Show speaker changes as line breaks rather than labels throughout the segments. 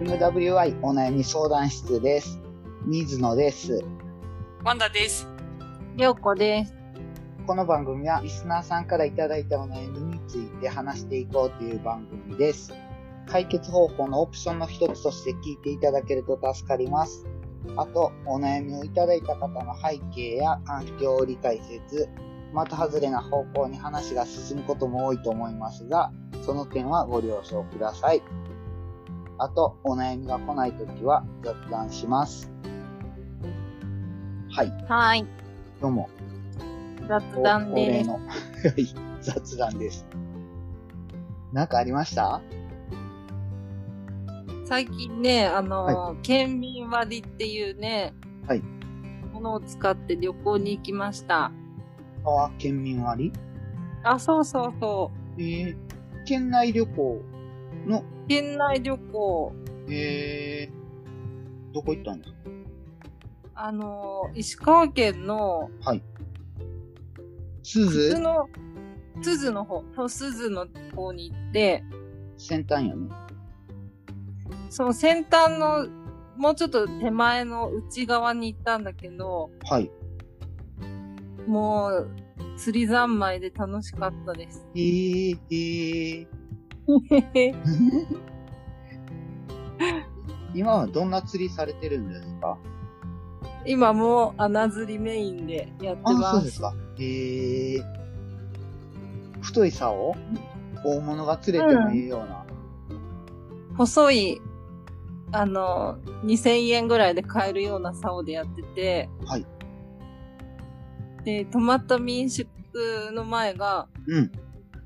MWI お悩み相談室です。水野です。
ワンダです。
りょうこです。
この番組はリスナーさんからいただいたお悩みについて話していこうという番組です。解決方法のオプションの一つとして聞いていただけると助かります。あと、お悩みをいただいた方の背景や環境を理解せず、的外れな方向に話が進むことも多いと思いますが、その点はご了承ください。あと、お悩みが来ないときは雑談します。はい、
はい。
どうも。
雑談
恒例
です。
のはい雑談です。なんかありました
最近ね、あのー、県民割っていうね、
はい
ものを使って旅行に行きました。
香川県民割
あ、そうそうそう。
えー、県内旅行の、
県内旅行、
えー、どこ行ったんですか
あのー、石川県の、
鈴
津の、津々の方、そう津々の方に行って、
先端やね。
その先端の、もうちょっと手前の内側に行ったんだけど、
はい。
もう、釣り三昧で楽しかった です。
えー、えー、 今はどんな釣りされてるんですか
今もう穴釣りメインでやって
あ、そ
ま。
うですすか。えー、太い竿大物が釣れてもいいような。
細い、あの、2000円ぐらいで買えるような竿でやってて、
はい。
で、泊まった民宿の前が、
うん。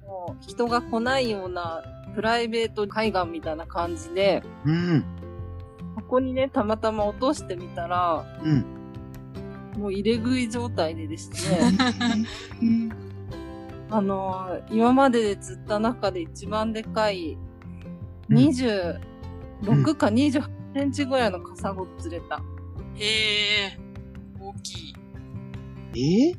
もう人が来ないようなプライベート海岸みたいな感じで、
うん。
ここにね、たまたま落としてみたら、
うん。
もう入れ食い状態でです
え
ね、
ー
あの、今までで釣った中で一番でかい
うん
26か28センチぐらいのカサゴ釣れた。
へえ、大きい。
えい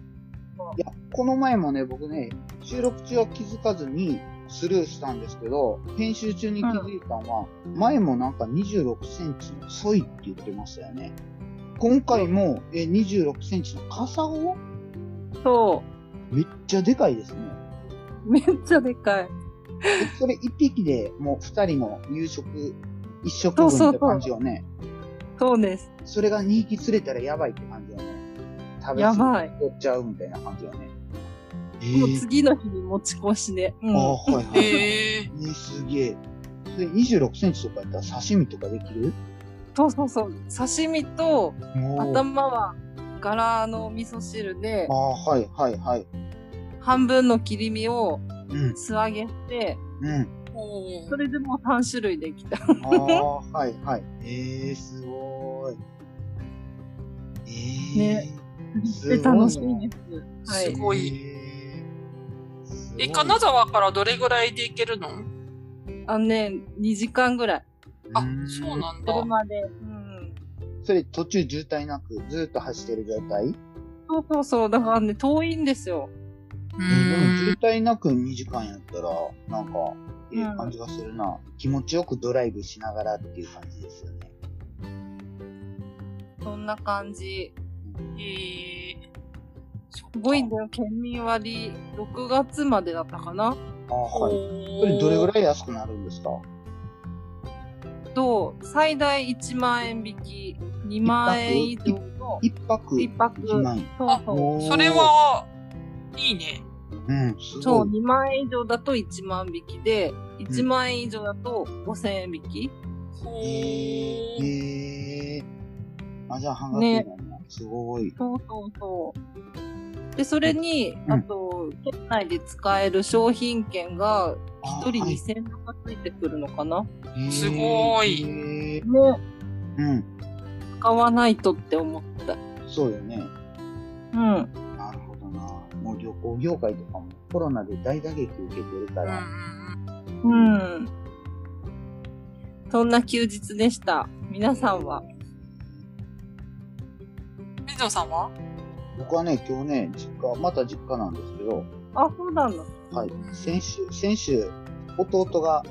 や、この前もね、僕ね、収録中は気づかずにスルーしたんですけど、編集中に気づいたのは、前もなんか26センチのソイって言ってましたよね。今回も、え、26センチのカサゴ
そ
めっちゃでかいですね。
う。めっちゃでかい。
えそれ1匹でもう2人の夕食、1食分って感じよね。
そうです。
それが2匹釣れたらやばいって感じよね。食べ
や
過
ば
ぎ
い
て取っちゃうみたいな感じよね。え
もう次の日に持ち越しで。う
あ
ん。
あ、はいはい。
へ え、
ね、すげえ。それ26センチとかやったら刺身とかできる
そうそうそう。刺身と
もう
頭は柄のお味噌汁で
あ、あ、はいはいはい。
半分の切り身を
うん、
素揚げして、
うん。
お
そ
ー
れでもう3種類できた。
ああ、 はいはい。ええー、すごい。ええー。
ね
すごい
で、
な
楽しいです。は
す
い。
ごい
えーすごい
え、金沢からどれぐらいで行けるの
あのね、2時間ぐらい。
あ
うー、ん
そうなんだ。
車で。うん。
それ途中渋滞なくずっと走ってる状態、
そうそうそう。だからね、遠いんですよ。
う
うん、
ん
渋。滞なく2時間やったら、なんか、ええ感じがするな、気持ちよくドライブしながらっていう感じですよね。
そんな感じ。
へえ、す
すごいんだよ、県民割。6月までだったかな
ああ、はい。
こ
それどれぐ
い
らい安くなるんですか
と、最大1万円引き、2万円以上の
一泊
一泊。
1万円。
そうそう。
おー
それ、は、いいね。
うん、すごい。
そう、2万円以上だと1万引きで、1万円以上だと5000円引き。
ほ
へー
ー。
へーあ、じゃあ半額になるな、すごい。
そうそうそう。で、それに、
うん
あと、県内で使える商品券が、
あ
1人
はい
2000円がついてくるのかな、
すご
へ
い
ー
も
うん、
う、使わないとって思った。
そうよね。
うん。
なるほどな。もう旅行業界とかもコロナで大打撃受けてるか
うんう
ら、
ん
うん。そんな休日でした。皆さんは。
うん。水野さんは
僕はね、今日ね、実家、また実家なんですけど、
あ、そうなんだ。
はい、
ん
先週、先週、弟が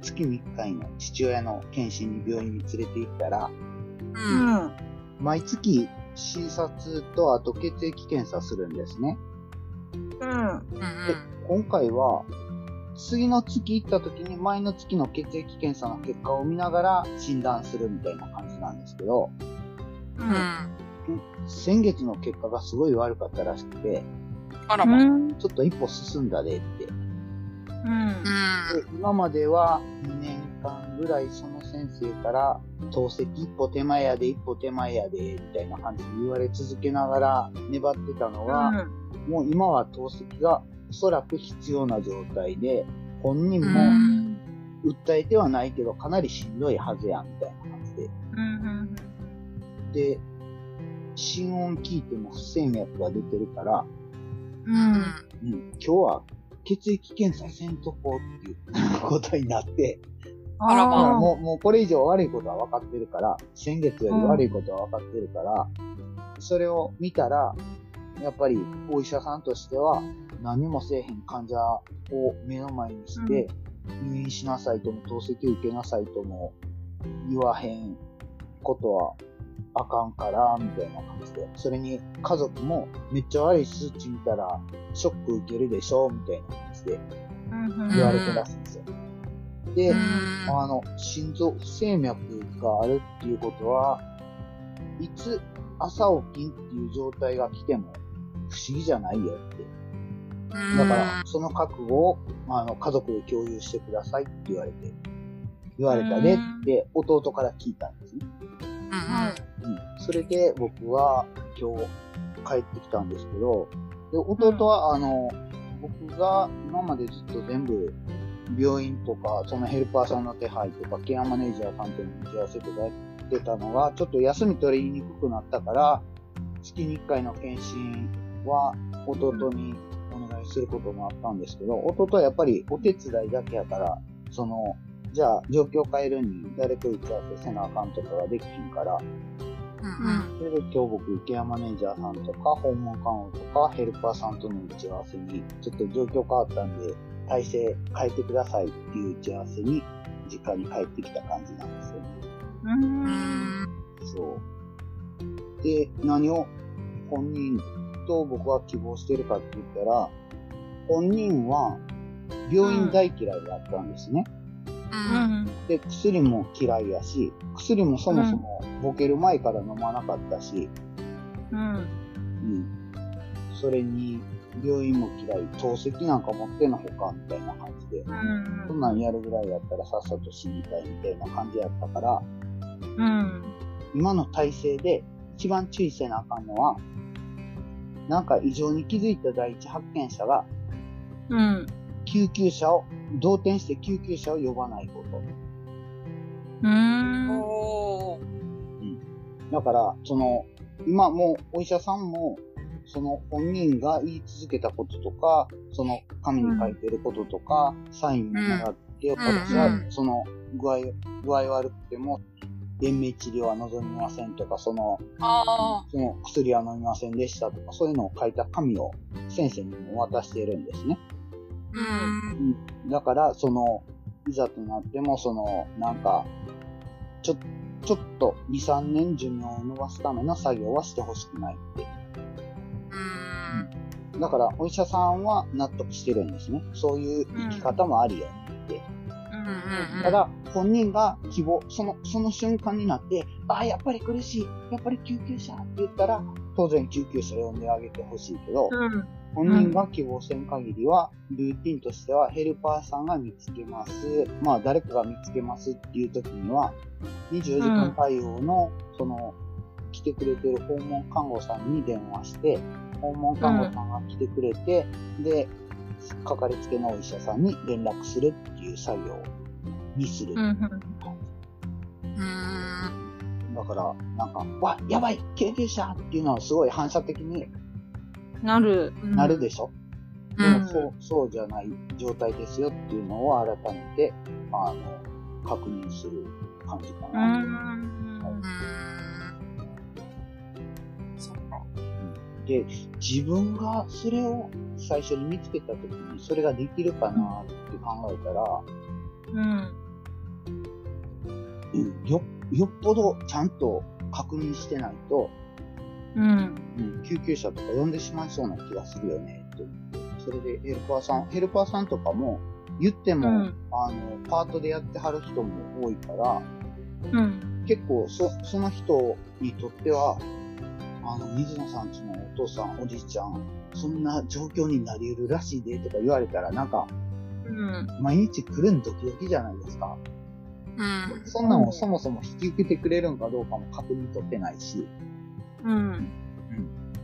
月に1回の父親の検診に病院に連れて行ったら、
う
うん。
ん。
毎月診察とあと血液検査するんですね。
うん。
うん。うん。
今回は、次の月行った時に前の月の血液検査の結果を見ながら診断するみたいな感じなんですけど、
う。
うんん。
先月の結果がすごい悪かったらしくて、
あら
う
ま。うん。
ん。
ちょっと一歩進んだでって。で
うん。
今までは2年間ぐらいその先生から、透析一歩手前やで一歩手前やで、みたいな感じで言われ続けながら粘ってたのは、もう今は透析がおそらく必要な状態で、本人
う
も
ん。
訴えてはないけど、かなりしんどいはずや、みたいな感じで。
うん。
で、心音聞いても不整脈が出てるから、
うん。
うん、今日は血液検査せんとこうっていうことになって、
あらまあ
もう、もうこれ以上悪いことは分かってるから、先月より悪いことは分かってるから、それを見たら、やっぱりお医者さんとしては、何もせえへん患者を目の前にして、入院しなさいとも、透析受けなさいとも言わへんことはあかんから、みたいな感じで。それに家族もめっちゃ悪い数値見たらショック受けるでしょ、みたいな感じで
うん。
言われてたんですよ。で、
うん
あの、心臓不整脈があるっていうことは、いつ朝起きんっていう状態が来ても不思議じゃないよって。だから、その覚悟を、あの、家族で共有してくださいって言われて、言われたねって弟から聞いたんですね。
うん。
うん。それで僕は今日帰ってきたんですけど、で、弟は、あの、僕が今までずっと全部、病院とか、そのヘルパーさんの手配とか、ケアマネージャーさんとの打ち合わせとかやってたのが、ちょっと休み取りにくくなったから、月に1回の検診は弟にお願いすることもあったんですけど、弟はやっぱりお手伝いだけやから、その、じゃあ状況変えるに誰と打ち合わせせなあかんとかができひんから、
うん。
それで今日僕、ケアマネージャーさんとか、訪問看護とか、ヘルパーさんとの打ち合わせに、ちょっと状況変わったんで、体制変えてくださいっていう打ち合わせに、実家に帰ってきた感じなんですよね。
うん。
そう。で、何を本人と僕は希望してるかって言ったら、本人は病院大嫌いだったんですね。
うん。
で、薬も嫌いやし、薬もそもそもボケる前から飲まなかったし、
うん。
うん。それに、病院も嫌い、透析なんか持ってのほか、みたいな感じで。そんなんやるぐらいやったらさっさと死にたいみたいな感じやったから、
うん。
今の体制で一番注意せなあかんのは、なんか異常に気づいた第一発見者が、
うん。
救急車を、動転して救急車を呼ばないこと。
うん。
おー。
だから、その、今もうお医者さんも、その本人が言い続けたこととか、その紙に書いてることとか、サインもらって、私は、
うん
その具合、具合悪くても、延命治療は望みませんとか、その、
あ
その薬は飲みませんでしたとか、そういうのを書いた紙を先生にも渡しているんですね。
ー。うん。
だから、その、いざとなっても、その、なんか、ちょ、ちょっと、2、3年寿命を伸ばすための作業はしてほしくないって。
うん。
だから、お医者さんは納得してるんですね。そういう生き方もあるよって。
うん
ただ、本人が希望、その、その瞬間になって、ああ、やっぱり苦しい、やっぱり救急車って言ったら、当然救急車呼んであげてほしいけど、
うん。
本人が希望せん限りは、ルーティンとしてはヘルパーさんが見つけます。まあ、誰かが見つけますっていう時には、24時間対応の、その、来てくれてる訪問看護さんに電話して、訪問看護さんが来てくれて、で、かかりつけのお医者さんに連絡するっていう作業にする。
うん。
うん。
だから、なんか、わ、やばい救急車っていうのはすごい反射的に
なる。
なるでしょ、
う
でも
ん。
そうそうじゃない状態ですよっていうのを改めてあの確認する感じか
う
な、
ん。
そっか。
で自分がそれを最初に見つけた時にそれができるかなって考えたら
うん。
うんよ、よっぽどちゃんと確認してないと、
うん。
うん、救急車とか呼んでしまいそうな気がするよね、と。それでヘルパーさん、ヘルパーさんとかも、言って
う
も、
ん。
あの、パートでやってはる人も多いから、
うん。
結構そ、その人にとっては、あの、水野さんちのお父さん、おじいちゃん、そんな状況になり得るらしいで、とか言われたら、なんか、
うん。
毎日来るんドキドキじゃないですか。
うん。
そんなんをそもそも引き受けてくれるんかどうかも確認取ってないし、
うん。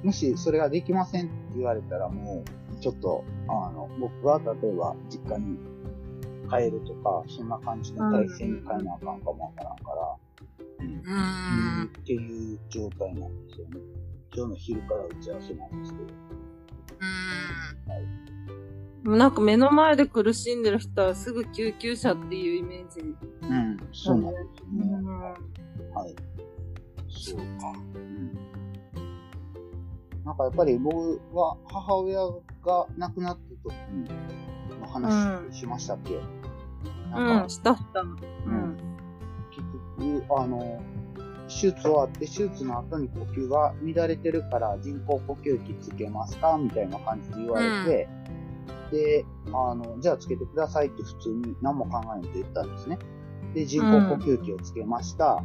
もしそれができませんって言われたらもう、ちょっと、あの、僕は例えば実家に帰るとか、そんな感じの体制に変えなあかんかもわからんから、
う
うん
ん。
っていう状態なんですよね。今日の昼から打ち合わせなんですけど。
なんか目の前で苦しんでる人はすぐ救急車っていうイメージ。
うん、そうなんですよね。
う
はい。そ
そうう。か。
なんかやっぱり僕は母親が亡くなった時の
う
話しましたっけ、なん
ん。
か
うん。したした。うん。
結局、あの、手術終わって手術の後に呼吸が乱れてるから人工呼吸器つけますかみたいな感じで言われて、で、あの、じゃあつけてくださいって普通に何も考えないと言ったんですね。で、人工呼吸器をつけました。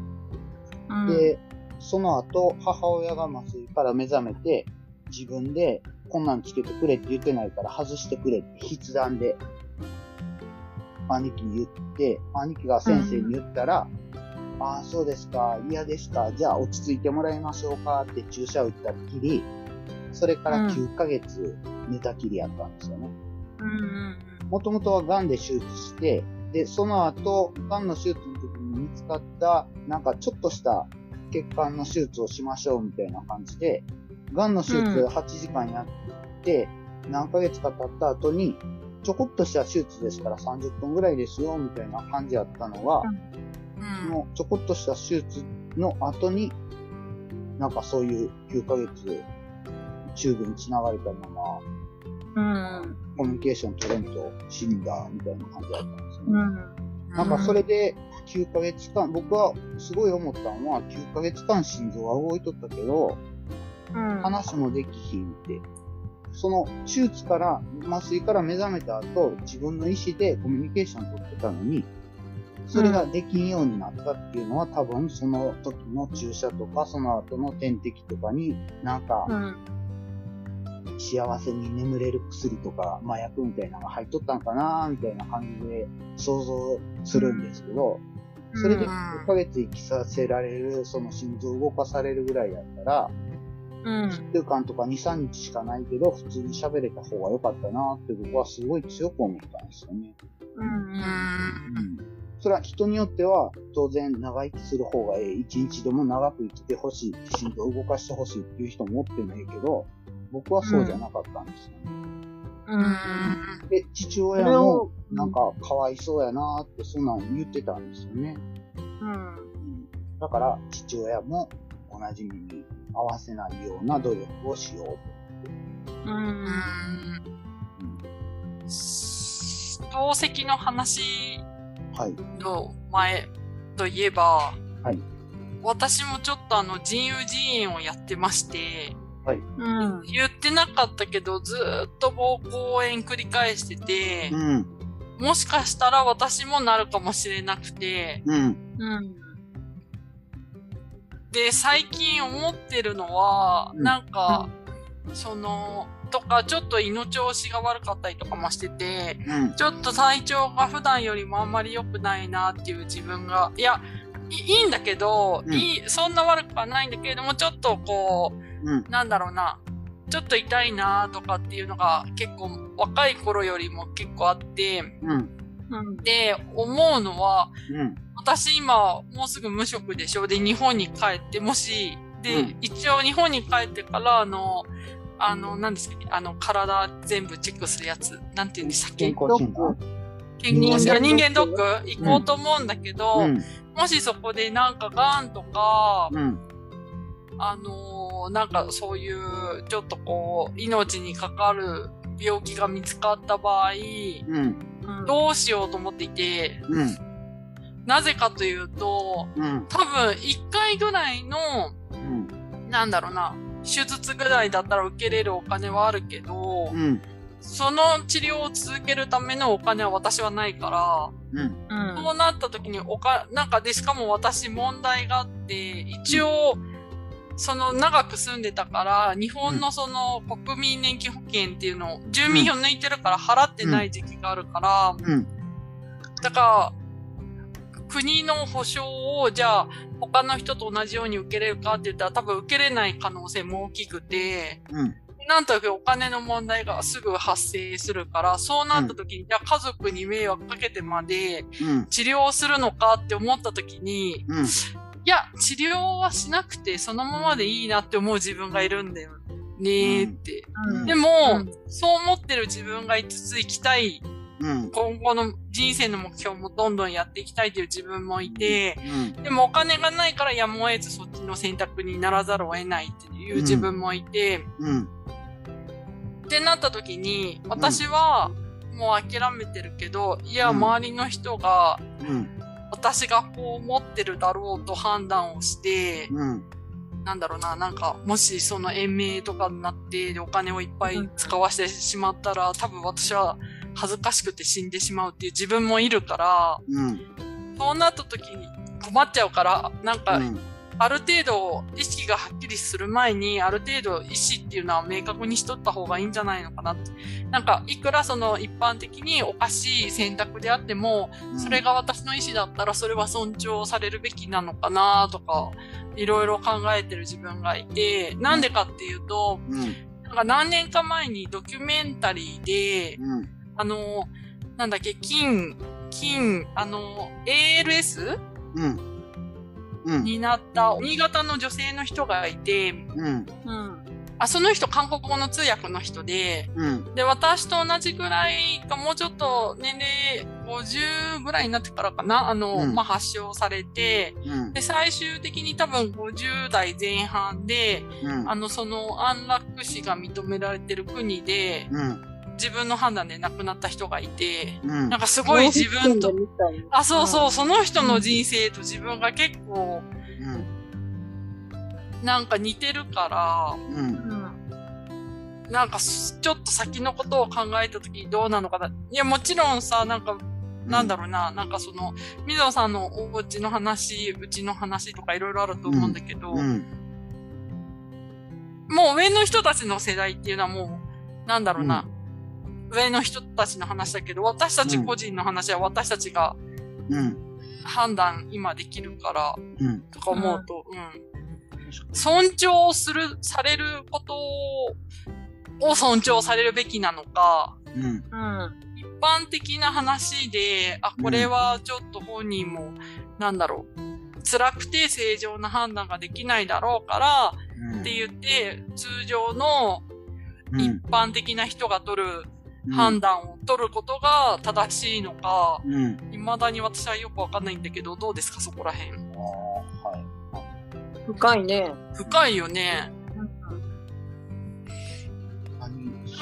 うん。
で、その後、母親が麻酔から目覚めて、自分で、こんなんつけてくれって言ってないから外してくれって筆談で、兄貴に言って、兄貴が先生に言ったら、ああ、そうですか、嫌ですか、じゃあ落ち着いてもらいましょうかって注射を打ったっきり、それから9ヶ月寝たきりやったんですよね。
うん。
もともとは癌で手術して、で、その後、癌の手術の時に見つかった、なんかちょっとした血管の手術をしましょうみたいな感じで、癌の手術8時間やって、何ヶ月か経った後に、ちょこっとした手術ですから30分ぐらいですよ、みたいな感じやったのが、そのちょこっとした手術の後に、なんかそういう9ヶ月、チューブに繋がれたまま、
うん。
コミュニケーション取れんと死んだみたいな感じだったんですよ
う
ね。
ん。
なんかそれで9ヶ月間、僕はすごい思ったのは9ヶ月間心臓は動いとったけど、
うん。
話もできひんって。その手術から、麻酔から目覚めた後、自分の意思でコミュニケーション取ってたのに、それができんようになったっていうのは多分その時の注射とか、その後の点滴とかになんか
うん。
幸せに眠れる薬とか麻薬みたいなのが入っとったんかなみたいな感じで想像するんですけど、それで
うん
1ヶ月生きさせられる、その心臓を動かされるぐらいだったら、
うん。
1週間とか2、3日しかないけど、普通に喋れた方が良かったなって僕はすごい強く思ったんですよね。
うん。
それは人によっては当然長生きする方がええ、一日でも長く生きてほしい、心臓を動かしてほしいっていう人もおってもいいけど、僕はそうじゃなかったんですよね。
うん。
で、父
そ
親
れ
も、
を、
なんか、かわいそうやなーって、そんなん言ってたんですよね。
うん。
だから、父親も、同じ目に合わせないような努力をしようと。
うん。
透析の話
はい。
の前といえば、
はい
私もちょっとあの人由人炎をやってまして、
うん。
言ってなかったけどずーっと膀胱炎繰り返してて
う、ん、
もしかしたら私もなるかもしれなくて、
うん、
うん。
で、最近思ってるのは、
うん
なんか、その、とか、ちょっと胃の調子が悪かったりとかもしてて、
うん、
ちょっと体調が普段よりもあんまり良くないなっていう自分が、いや、いいいんだけど、
うん
いい、そんな悪くはないんだけれども、ちょっとこ
うん
う、、なんだろうな、ちょっと痛いなとかっていうのが結構若い頃よりも結構あって、
うん、
うん。
で、思うのは、
うん、
私今もうすぐ無職でしょで日本に帰ってもしで、
うん
一応日本に帰ってからあのあの何ですかねあの体全部チェックするやつなんて言うんでしたっ
健
け
康診断。
健康診断人
人間
間
ド
ド
ッ
ッ
ク
ク行こうと思うんだけど、
うん、
もしそこでなんかがんとか、
うん、
あのーなんかそういうちょっとこう命にかかる病気が見つかった場合
うん、
どうしようと思っていて
うん、
なぜかというと、
うん。
多分1回ぐらいの、
うん。
なんだろうな、手術ぐらいだったら受けれるお金はあるけど、
うん。
その治療を続けるためのお金は私はないから、
うん。
うん
そうなった時におか、なんかで、しかも私問題があって、一応、その長く住んでたから、日本のその国民年金保険っていうのを、住民票抜いてるから払ってない時期があるから、
うん。
だから、国の保障を、じゃあ、他の人と同じように受けれるかって言ったら、多分受けれない可能性も大きくて、
うん。
なんとなくお金の問題がすぐ発生するから、そうなった時に、じゃあ家族に迷惑かけてまで、
うん。
治療をするのかって思った時に、
うん。
いや、治療はしなくてそのままでいいなって思う自分がいるんだよねーって。
うん
でも、
うん
そう思ってる自分がいつつ行きたい、
うん。
今後の人生の目標もどんどんやっていきたいという自分もいて、
うん。
でもお金がないからやむを得ずそっちの選択にならざるを得ないっていう自分もいて、
うん。
ってなった時に、私はもう諦めてるけど、いや、
うん
周りの人が
うん。
私がこう思ってるだろうと判断をして、
うん。
なんだろうな、なんか、もしその延命とかになって、でお金をいっぱい使わせてしまったら、多分私は恥ずかしくて死んでしまうっていう自分もいるから、
うん。
そうなった時に困っちゃうから、なんか、
うん。
ある程度意識がはっきりする前に、ある程度意思っていうのは明確にしとった方がいいんじゃないのかなって。なんか、いくらその一般的におかしい選択であっても、それが私の意思だったらそれは尊重されるべきなのかなとか、いろいろ考えてる自分がいて、なんでかっていうと、
うん。
なんか何年か前にドキュメンタリーで、
うん。
あの、なんだっけ、金、金、あの、ALS
うん。うん。
になった新潟の女性の人がいて、
うん。
うん
あ、その人韓国語の通訳の人で、
うん。
で、私と同じぐらいか、もうちょっと年齢50ぐらいになってからかな、あの、
うん
まあ、発症されて、
うん。
で、最終的に多分50代前半で、
うん。
あの、その安楽死が認められてる国で、
うん。
自分の判断で亡くなった人がいて、
うん
な。んかすごい自分と、
ノーフィクションで見た
あ、そうそう、その人の人生と自分が結構、
うん。
なんか似てるか
うん。
うん
ら、なんかすちょっと先のことを考えた時にどうなのかな。いや、もちろんさ、なんかなんだろうな、なんかその、水野さんのお家の話、うちの話とかいろいろあると思うんだけど、
うん。
もう上の人たちの世代っていうのはもう、なんだろうな、上の人たちの話だけど、私たち個人の話は私たちが
うん。
判断今できるから、
うん。
とか思うと、うん。尊重する、されることを尊重されるべきなのか、
うん。
うん
一般的な話で、あ、これはちょっと本人も、なんだろう、辛くて正常な判断ができないだろうから、って言って、通常の一般的な人が取る判断を取ることが正しいのか、
うん。
未だに私はよくわかんないんだけど、どうですか、そこら辺。
ああ、はい。
深いね。
深いよね。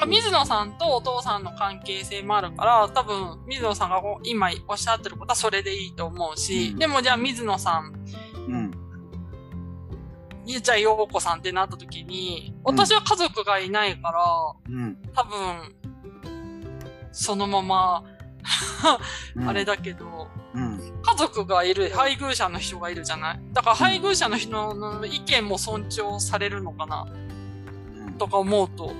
水野さんとお父さんの関係性もあるから、多分、水野さんが今おっしゃってることはそれでいいと思うし、
うん
でもじゃあ水野さん、
うん。
ゆうちゃん、ようこさんってなった時に、
うん
私は家族がいないから、
うん。
多分、そのまま、あれだけど、
うん。
家族がいる、配偶者の人がいるじゃないだから配偶者の人の意見も尊重されるのかなとか思うと、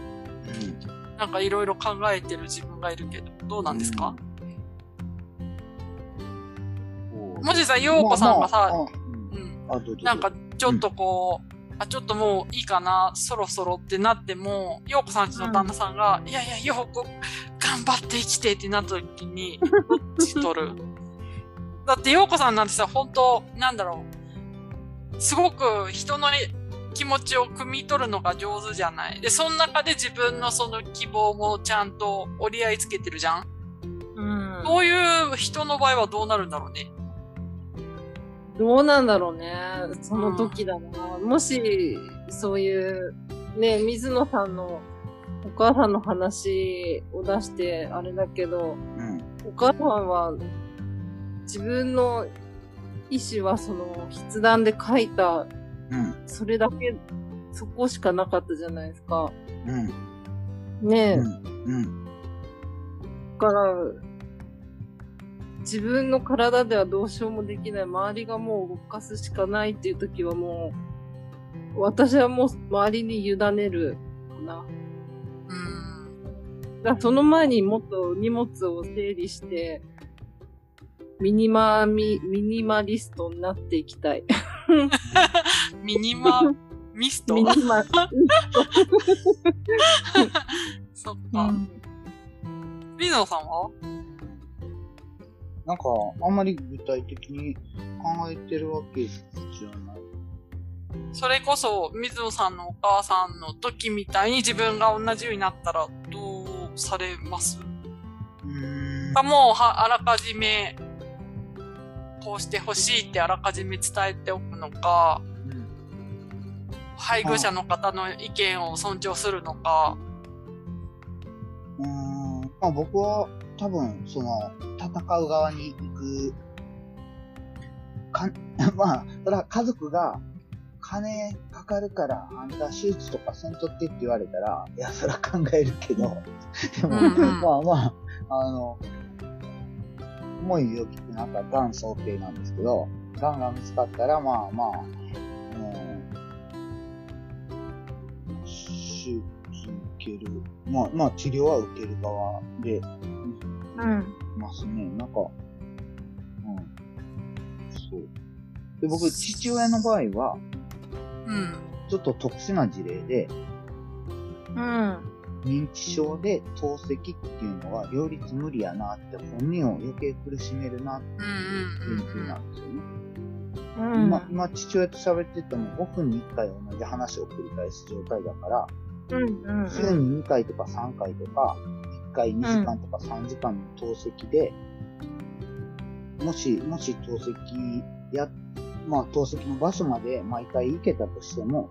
なんかいろいろ考えてる自分がいるけど、どうなんですか、もしさ、ようこさんがさ、、うん、
あ、どう
なんかちょっとこう、あ、ちょっともういいかな、そろそろってなっても、ようこさんちの旦那さんが、いやいや、ようこ、頑張って生きてってなった時に、どっち取 るだってようこさんなんてさ、本当なんだろう、すごく人の気持ちを汲み取るのが上手じゃない。で、その中で自分のその希望もちゃんと折り合いつけてるじゃん。
うん
こういう人の場合はどうなるんだろうね。
どうなんだろうね。その時だな。もし、そういう、ね、水野さんのお母さんの話を出して、あれだけ
う
ど、
ん。
お母さんは自分の医師はその筆談で書い
う
た、
ん。
それだけ、そこしかなかったじゃないですか。
うん。
ねえ、
う
だ
うん。
から、自分の体ではどうしようもできない、周りがもう動かすしかないっていう時はもう、私はもう周りに委ねるかな。
うん。
だからその前にもっと荷物を整理して、ミニマミ、ミニマリストになっていきたい。
ミニマミスト
ミニマ、
そっ
う
か。
ん
水野さんは
なんか、あんまり具体的に考えてるわけじゃない。
それこそ、水野さんのお母さんの時みたいに自分が同じようになったら、どうされます
うーん。
かもうは、あらかじめ、こうしてほしいってあらかじめ伝えておくのか、
うん
配偶者の方の意見を尊重するのか、
うーん。まあ僕は多分、その、戦う側に行く、かん、 まあ、それは家族が、金かかるから、あんた手術とかせんとってって言われたら、いや、それは考えるけど、でも、
うんうん
まあまあ、あの、重い病気ってなんか、がん想定なんですけど、がんが見つかったら、まあまあ、うん、手術受ける、まあまあ治療は受ける側で、
うん。
ますね。なんか、うん。そう。で、僕、父親の場合は、
うん。
ちょっと特殊な事例で、
うん。
認知症で透析っていうのは両立無理やなって、本人を余計苦しめるなって
うん
いうふ
うんう
うん
う。
なんんですよね。
うん。
今、今父親と喋ってても5分に1回同じ話を繰り返す状態だから、
うん。うん。
週に2回とか3回とか、1回2時間とか3時間の透析で、もし、もし透析や、まあ透析の場所まで毎回行けたとしても、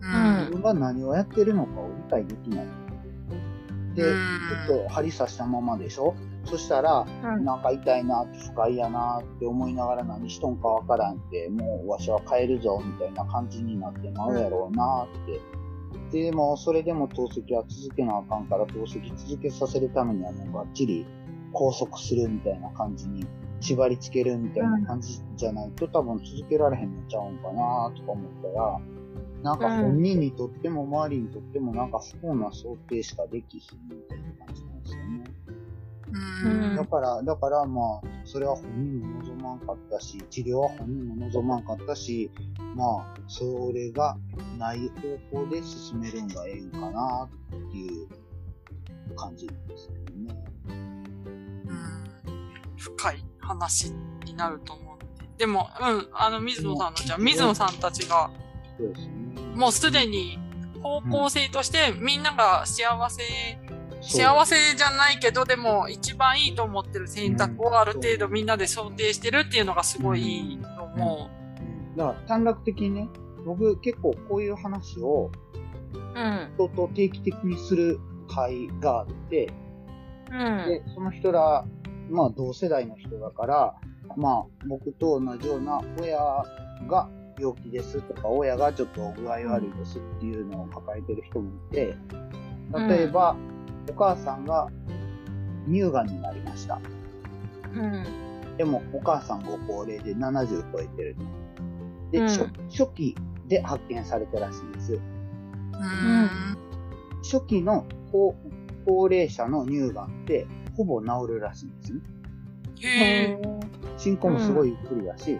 うん
う
自分が何をやってるのかを理解できない。で、ち
うん
ょっと針刺したままでしょそしたら、
うん
なんか痛いな、不快やなって思いながら何しとんかわからんって、もうわしは帰るぞみたいな感じになってまうやろうなって。でも、それでも透析は続けなあかんから、透析続けさせるためにはもうバッチリ拘束するみたいな感じに、縛り付けるみたいな感じじゃないと多分続けられへんのちゃうんかなとか思ったら、なんか
うん
本人にとっても周りにとってもなんか不幸な想定しかできひんみたいな感じなんですよね。
うん
だから、だからまあ、それは本人も望まんかったし、治療は本人も望まんかったし、まあ、それがない方向で進めるんがええんかなっていう感じですけどね。
うん深い話になると思うんで。でも、うん、あの、水野さんの、じゃあ水野さんたちが、
そうですね。
もうすでに方向性として、みんなが幸せ、
そう
幸せじゃないけど、でも一番いいと思ってる選択をある程度みんなで想定してるっていうのがすごいいいと思
だから短絡的にね、僕結構こういう話を
うん。
人と定期的にする会があって、
うん。
で、その人ら、まあ同世代の人だから、まあ僕と同じような親が病気ですとか、親がちょっと具合悪いですっていうのを抱えてる人もいて、例えば、お母さんが乳がんになりました。
うん。
でもお母さんご高齢で70超えてる。で、
うん
初初期で発見されたらしいんです。
う。うん。
初期の高高齢者の乳がんってほぼ治るらしいんですね。
へえ。
進行もすごいゆっくりだし、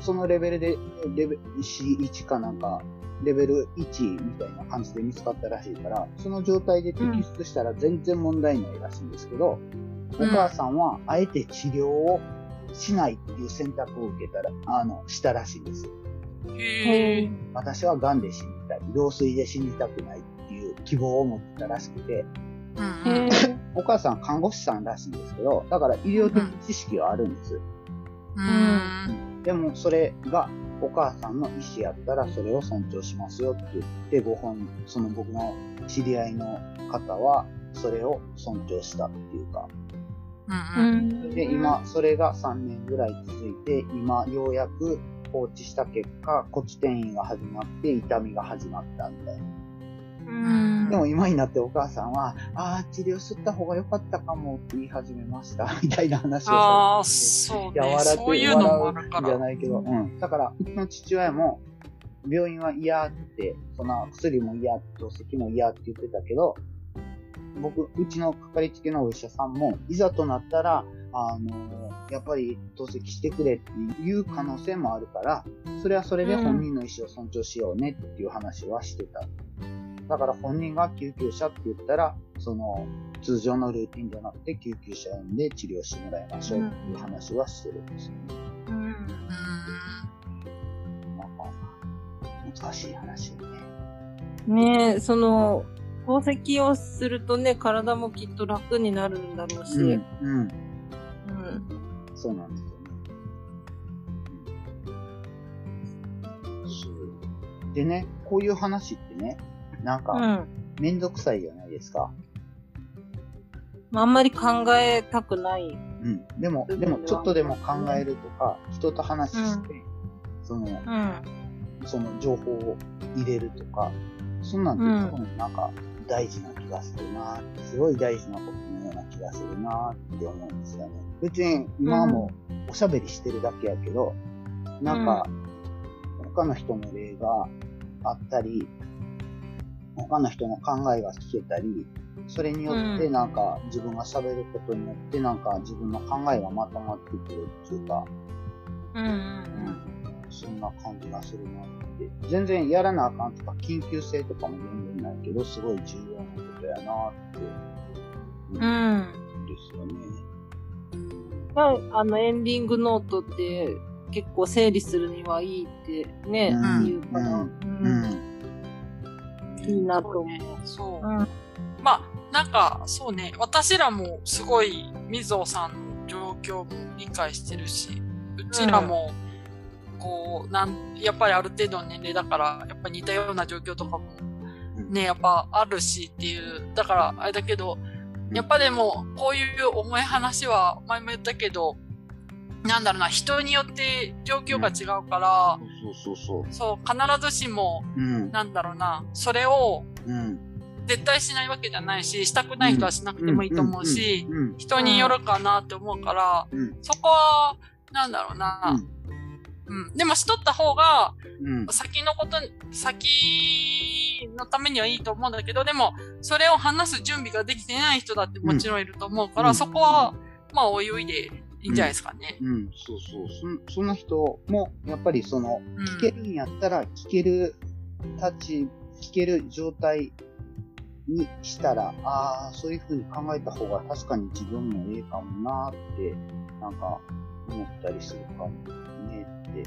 そのレベルで、レベル C1 かなんか、レベル1みたいな感じで見つかったらしいから、その状態で摘出したら全然問題ないらしいんですけど、
うん
お母さんはあえて治療をしないっていう選択を受けたら、あの、したらしいんです。
へえ。
私は癌で死にたい、老衰で死にたくないっていう希望を持ってたらしくて、
うんう
へ
ん
え。
お母さん看護師さんらしいんですけど、だから医療的知識はあるんです。
うん
でもそれがお母さんの意思やったらそれを尊重しますよって言って、ご本、その僕の知り合いの方はそれを尊重したっていうか、
うんうん。
ん
で、今、それが3年ぐらい続いて、今、ようやく放置した結果、骨転移が始まって、痛みが始まったみたいな。
うん
でも今になってお母さんは、ああ、治療しとった方が良かったかもって言い始めました、みたいな話を
ああ、
さ
そう
柔
ね。
らかい
そういうのもあるか
れてじゃ
ら。
ないけど、うん。だから、うちの父親も、病院は嫌って、そんな薬も嫌、透析も嫌って言ってたけど、僕、うちのかかりつけのお医者さんも、いざとなったら、あの、やっぱり透析してくれっていう可能性もあるから、それはそれで本人の意思を尊重しようねっていう話はしてた。だから本人が救急車って言ったら、その、通常のルーティンじゃなくて救急車呼んで治療してもらいましょうっていう話はしてるんですよね。
うー
なんか、難しい話よね。
ねえ、その、宝石をするとね、体もきっと楽になるんだろうし。うん。
うん。うん。そうなんですよね。うんそうでね、こういう話ってね、なん
う
か、
ん。
めんどくさいじゃないですか。
まあ、あんまり考えたくない。
うん。でも、
うん
でも、ちょっとでも考えるとか、人と話して、その、
うん。
その情報を入れるとか、そんなん
うん
て多分なんか大事な気がするなって、すごい大事なことのような気がするなって思うんですよね。別に今はもうおしゃべりしてるだけやけど、なんか他の人の例があったり、他の人の考えが聞けたり、それによって
うん
なんか自分が喋ることによってなんか自分の考えがまとまってくるっていうか、
うん。うん。
そんな感じがするなって。全然やらなあかんとか、緊急性とかも全然ないけど、すごい重要なことやなって
う
思
ん。
うんですよね。
まあ、あの、エンディングノートって結構整理するにはいいってね、
うん
言うから、
う
うんいいなと思う。
ん。そうう。まあ、なんか、そうね。私らもすごい、みぞさんの状況も理解してるし、うちらも、こう、なん、やっぱりある程度の年齢だから、やっぱり似たような状況とかも
うん
ね、やっぱあるしっていう、だからあれだけど、
うん
やっぱでも、こういう重い話は前も言ったけど、なんだろうな、人によって状況が違うから、
そうそうそうそう。
そう、必ずしも、
うん。
なんだろうな、それを
うん。
絶対しないわけじゃないし、したくない人はしなくてもいいと思うし、
うん。
人によるかなって思うから、
うん。
そこは、なんだろうな、うん。でもしとった方が、
うん。
先のこと、先のためにはいいと思うんだけど、でも、それを話す準備ができてない人だってもちろんいると思うから、
うん
そこは、まあ、おいおいでいいんじゃないですかね。
うん。そうそう。そんその人も、やっぱりその、
うん。
聞けるんやったら、聞ける立ち、聞ける状態にしたら、ああ、そういう風に考えた方が確かに自分もええかもなーって、なんか思ったりするかもねって。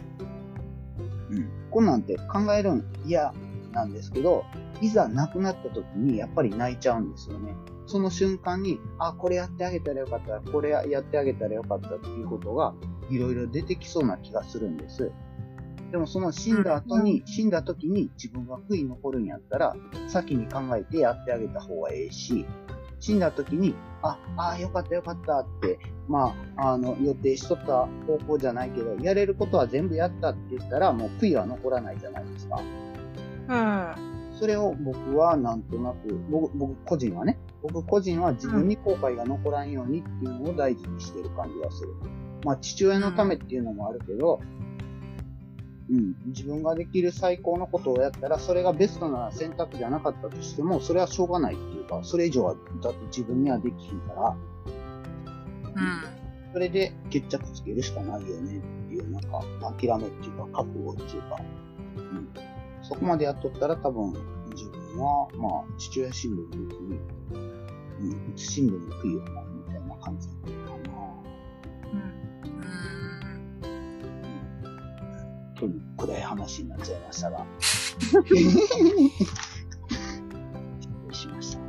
うん。こんなんて考えるん嫌なんですけど、いざ亡くなった時にやっぱり泣いちゃうんですよね。その瞬間に、あ、これやってあげたらよかった、これやってあげたらよかったっていうことが、いろいろ出てきそうな気がするんです。でもその死んだ後に、死んだ時に自分が悔い残るんやったら、先に考えてやってあげた方がええし、死んだ時に、あ、あよかったよかったって、まあ、あの、予定しとった方向じゃないけど、やれることは全部やったって言ったら、もう悔いは残らないじゃないですか。
うん。
それを僕はなんとなく、僕、僕個人はね、僕個人は自分に後悔が残らんようにっていうのを大事にしてる感じがする。まあ父親のためっていうのもあるけど、うん、自分ができる最高のことをやったら、それがベストな選択じゃなかったとしても、それはしょうがないっていうか、それ以上はだって自分にはできひんから、
うん。
それで決着つけるしかないよねっていう、なんか、諦めっていうか、覚悟っていうか、うん。そこまでやっとったら多分、自分は、まあ、父親新聞の時に、うん、新聞の悔いをなみたいな感じだったか
うん
な。という暗い話になっちゃいましたが。失礼しました。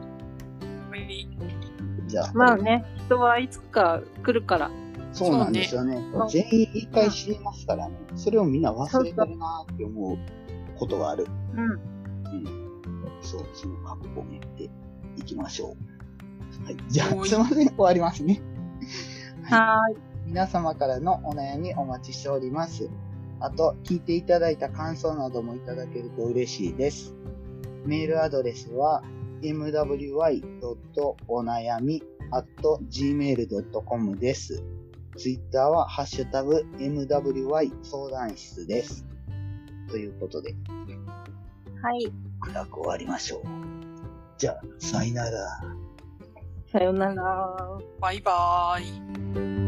じゃあ、
まあね、人はいつか来るから。
そうなんですよね。
そうね
全員一回死にますからね。それをみんな忘れてるなーって思うことがある。
う
う
ん。
ん。そう、その覚悟を持っていきましょう。はい。じゃあ、
はい
すいません。終わりますね。
はい。
皆様からのお悩みお待ちしております。あと、聞いていただいた感想などもいただけると嬉しいです。メールアドレスは mwy.onayami.gmail.com です。ツイッターはハッシュタグ mwy 相談室です。ということで、
はい。
暗く終わりましょう。じゃあ、さよなら。
さよなら。
バイバーイ。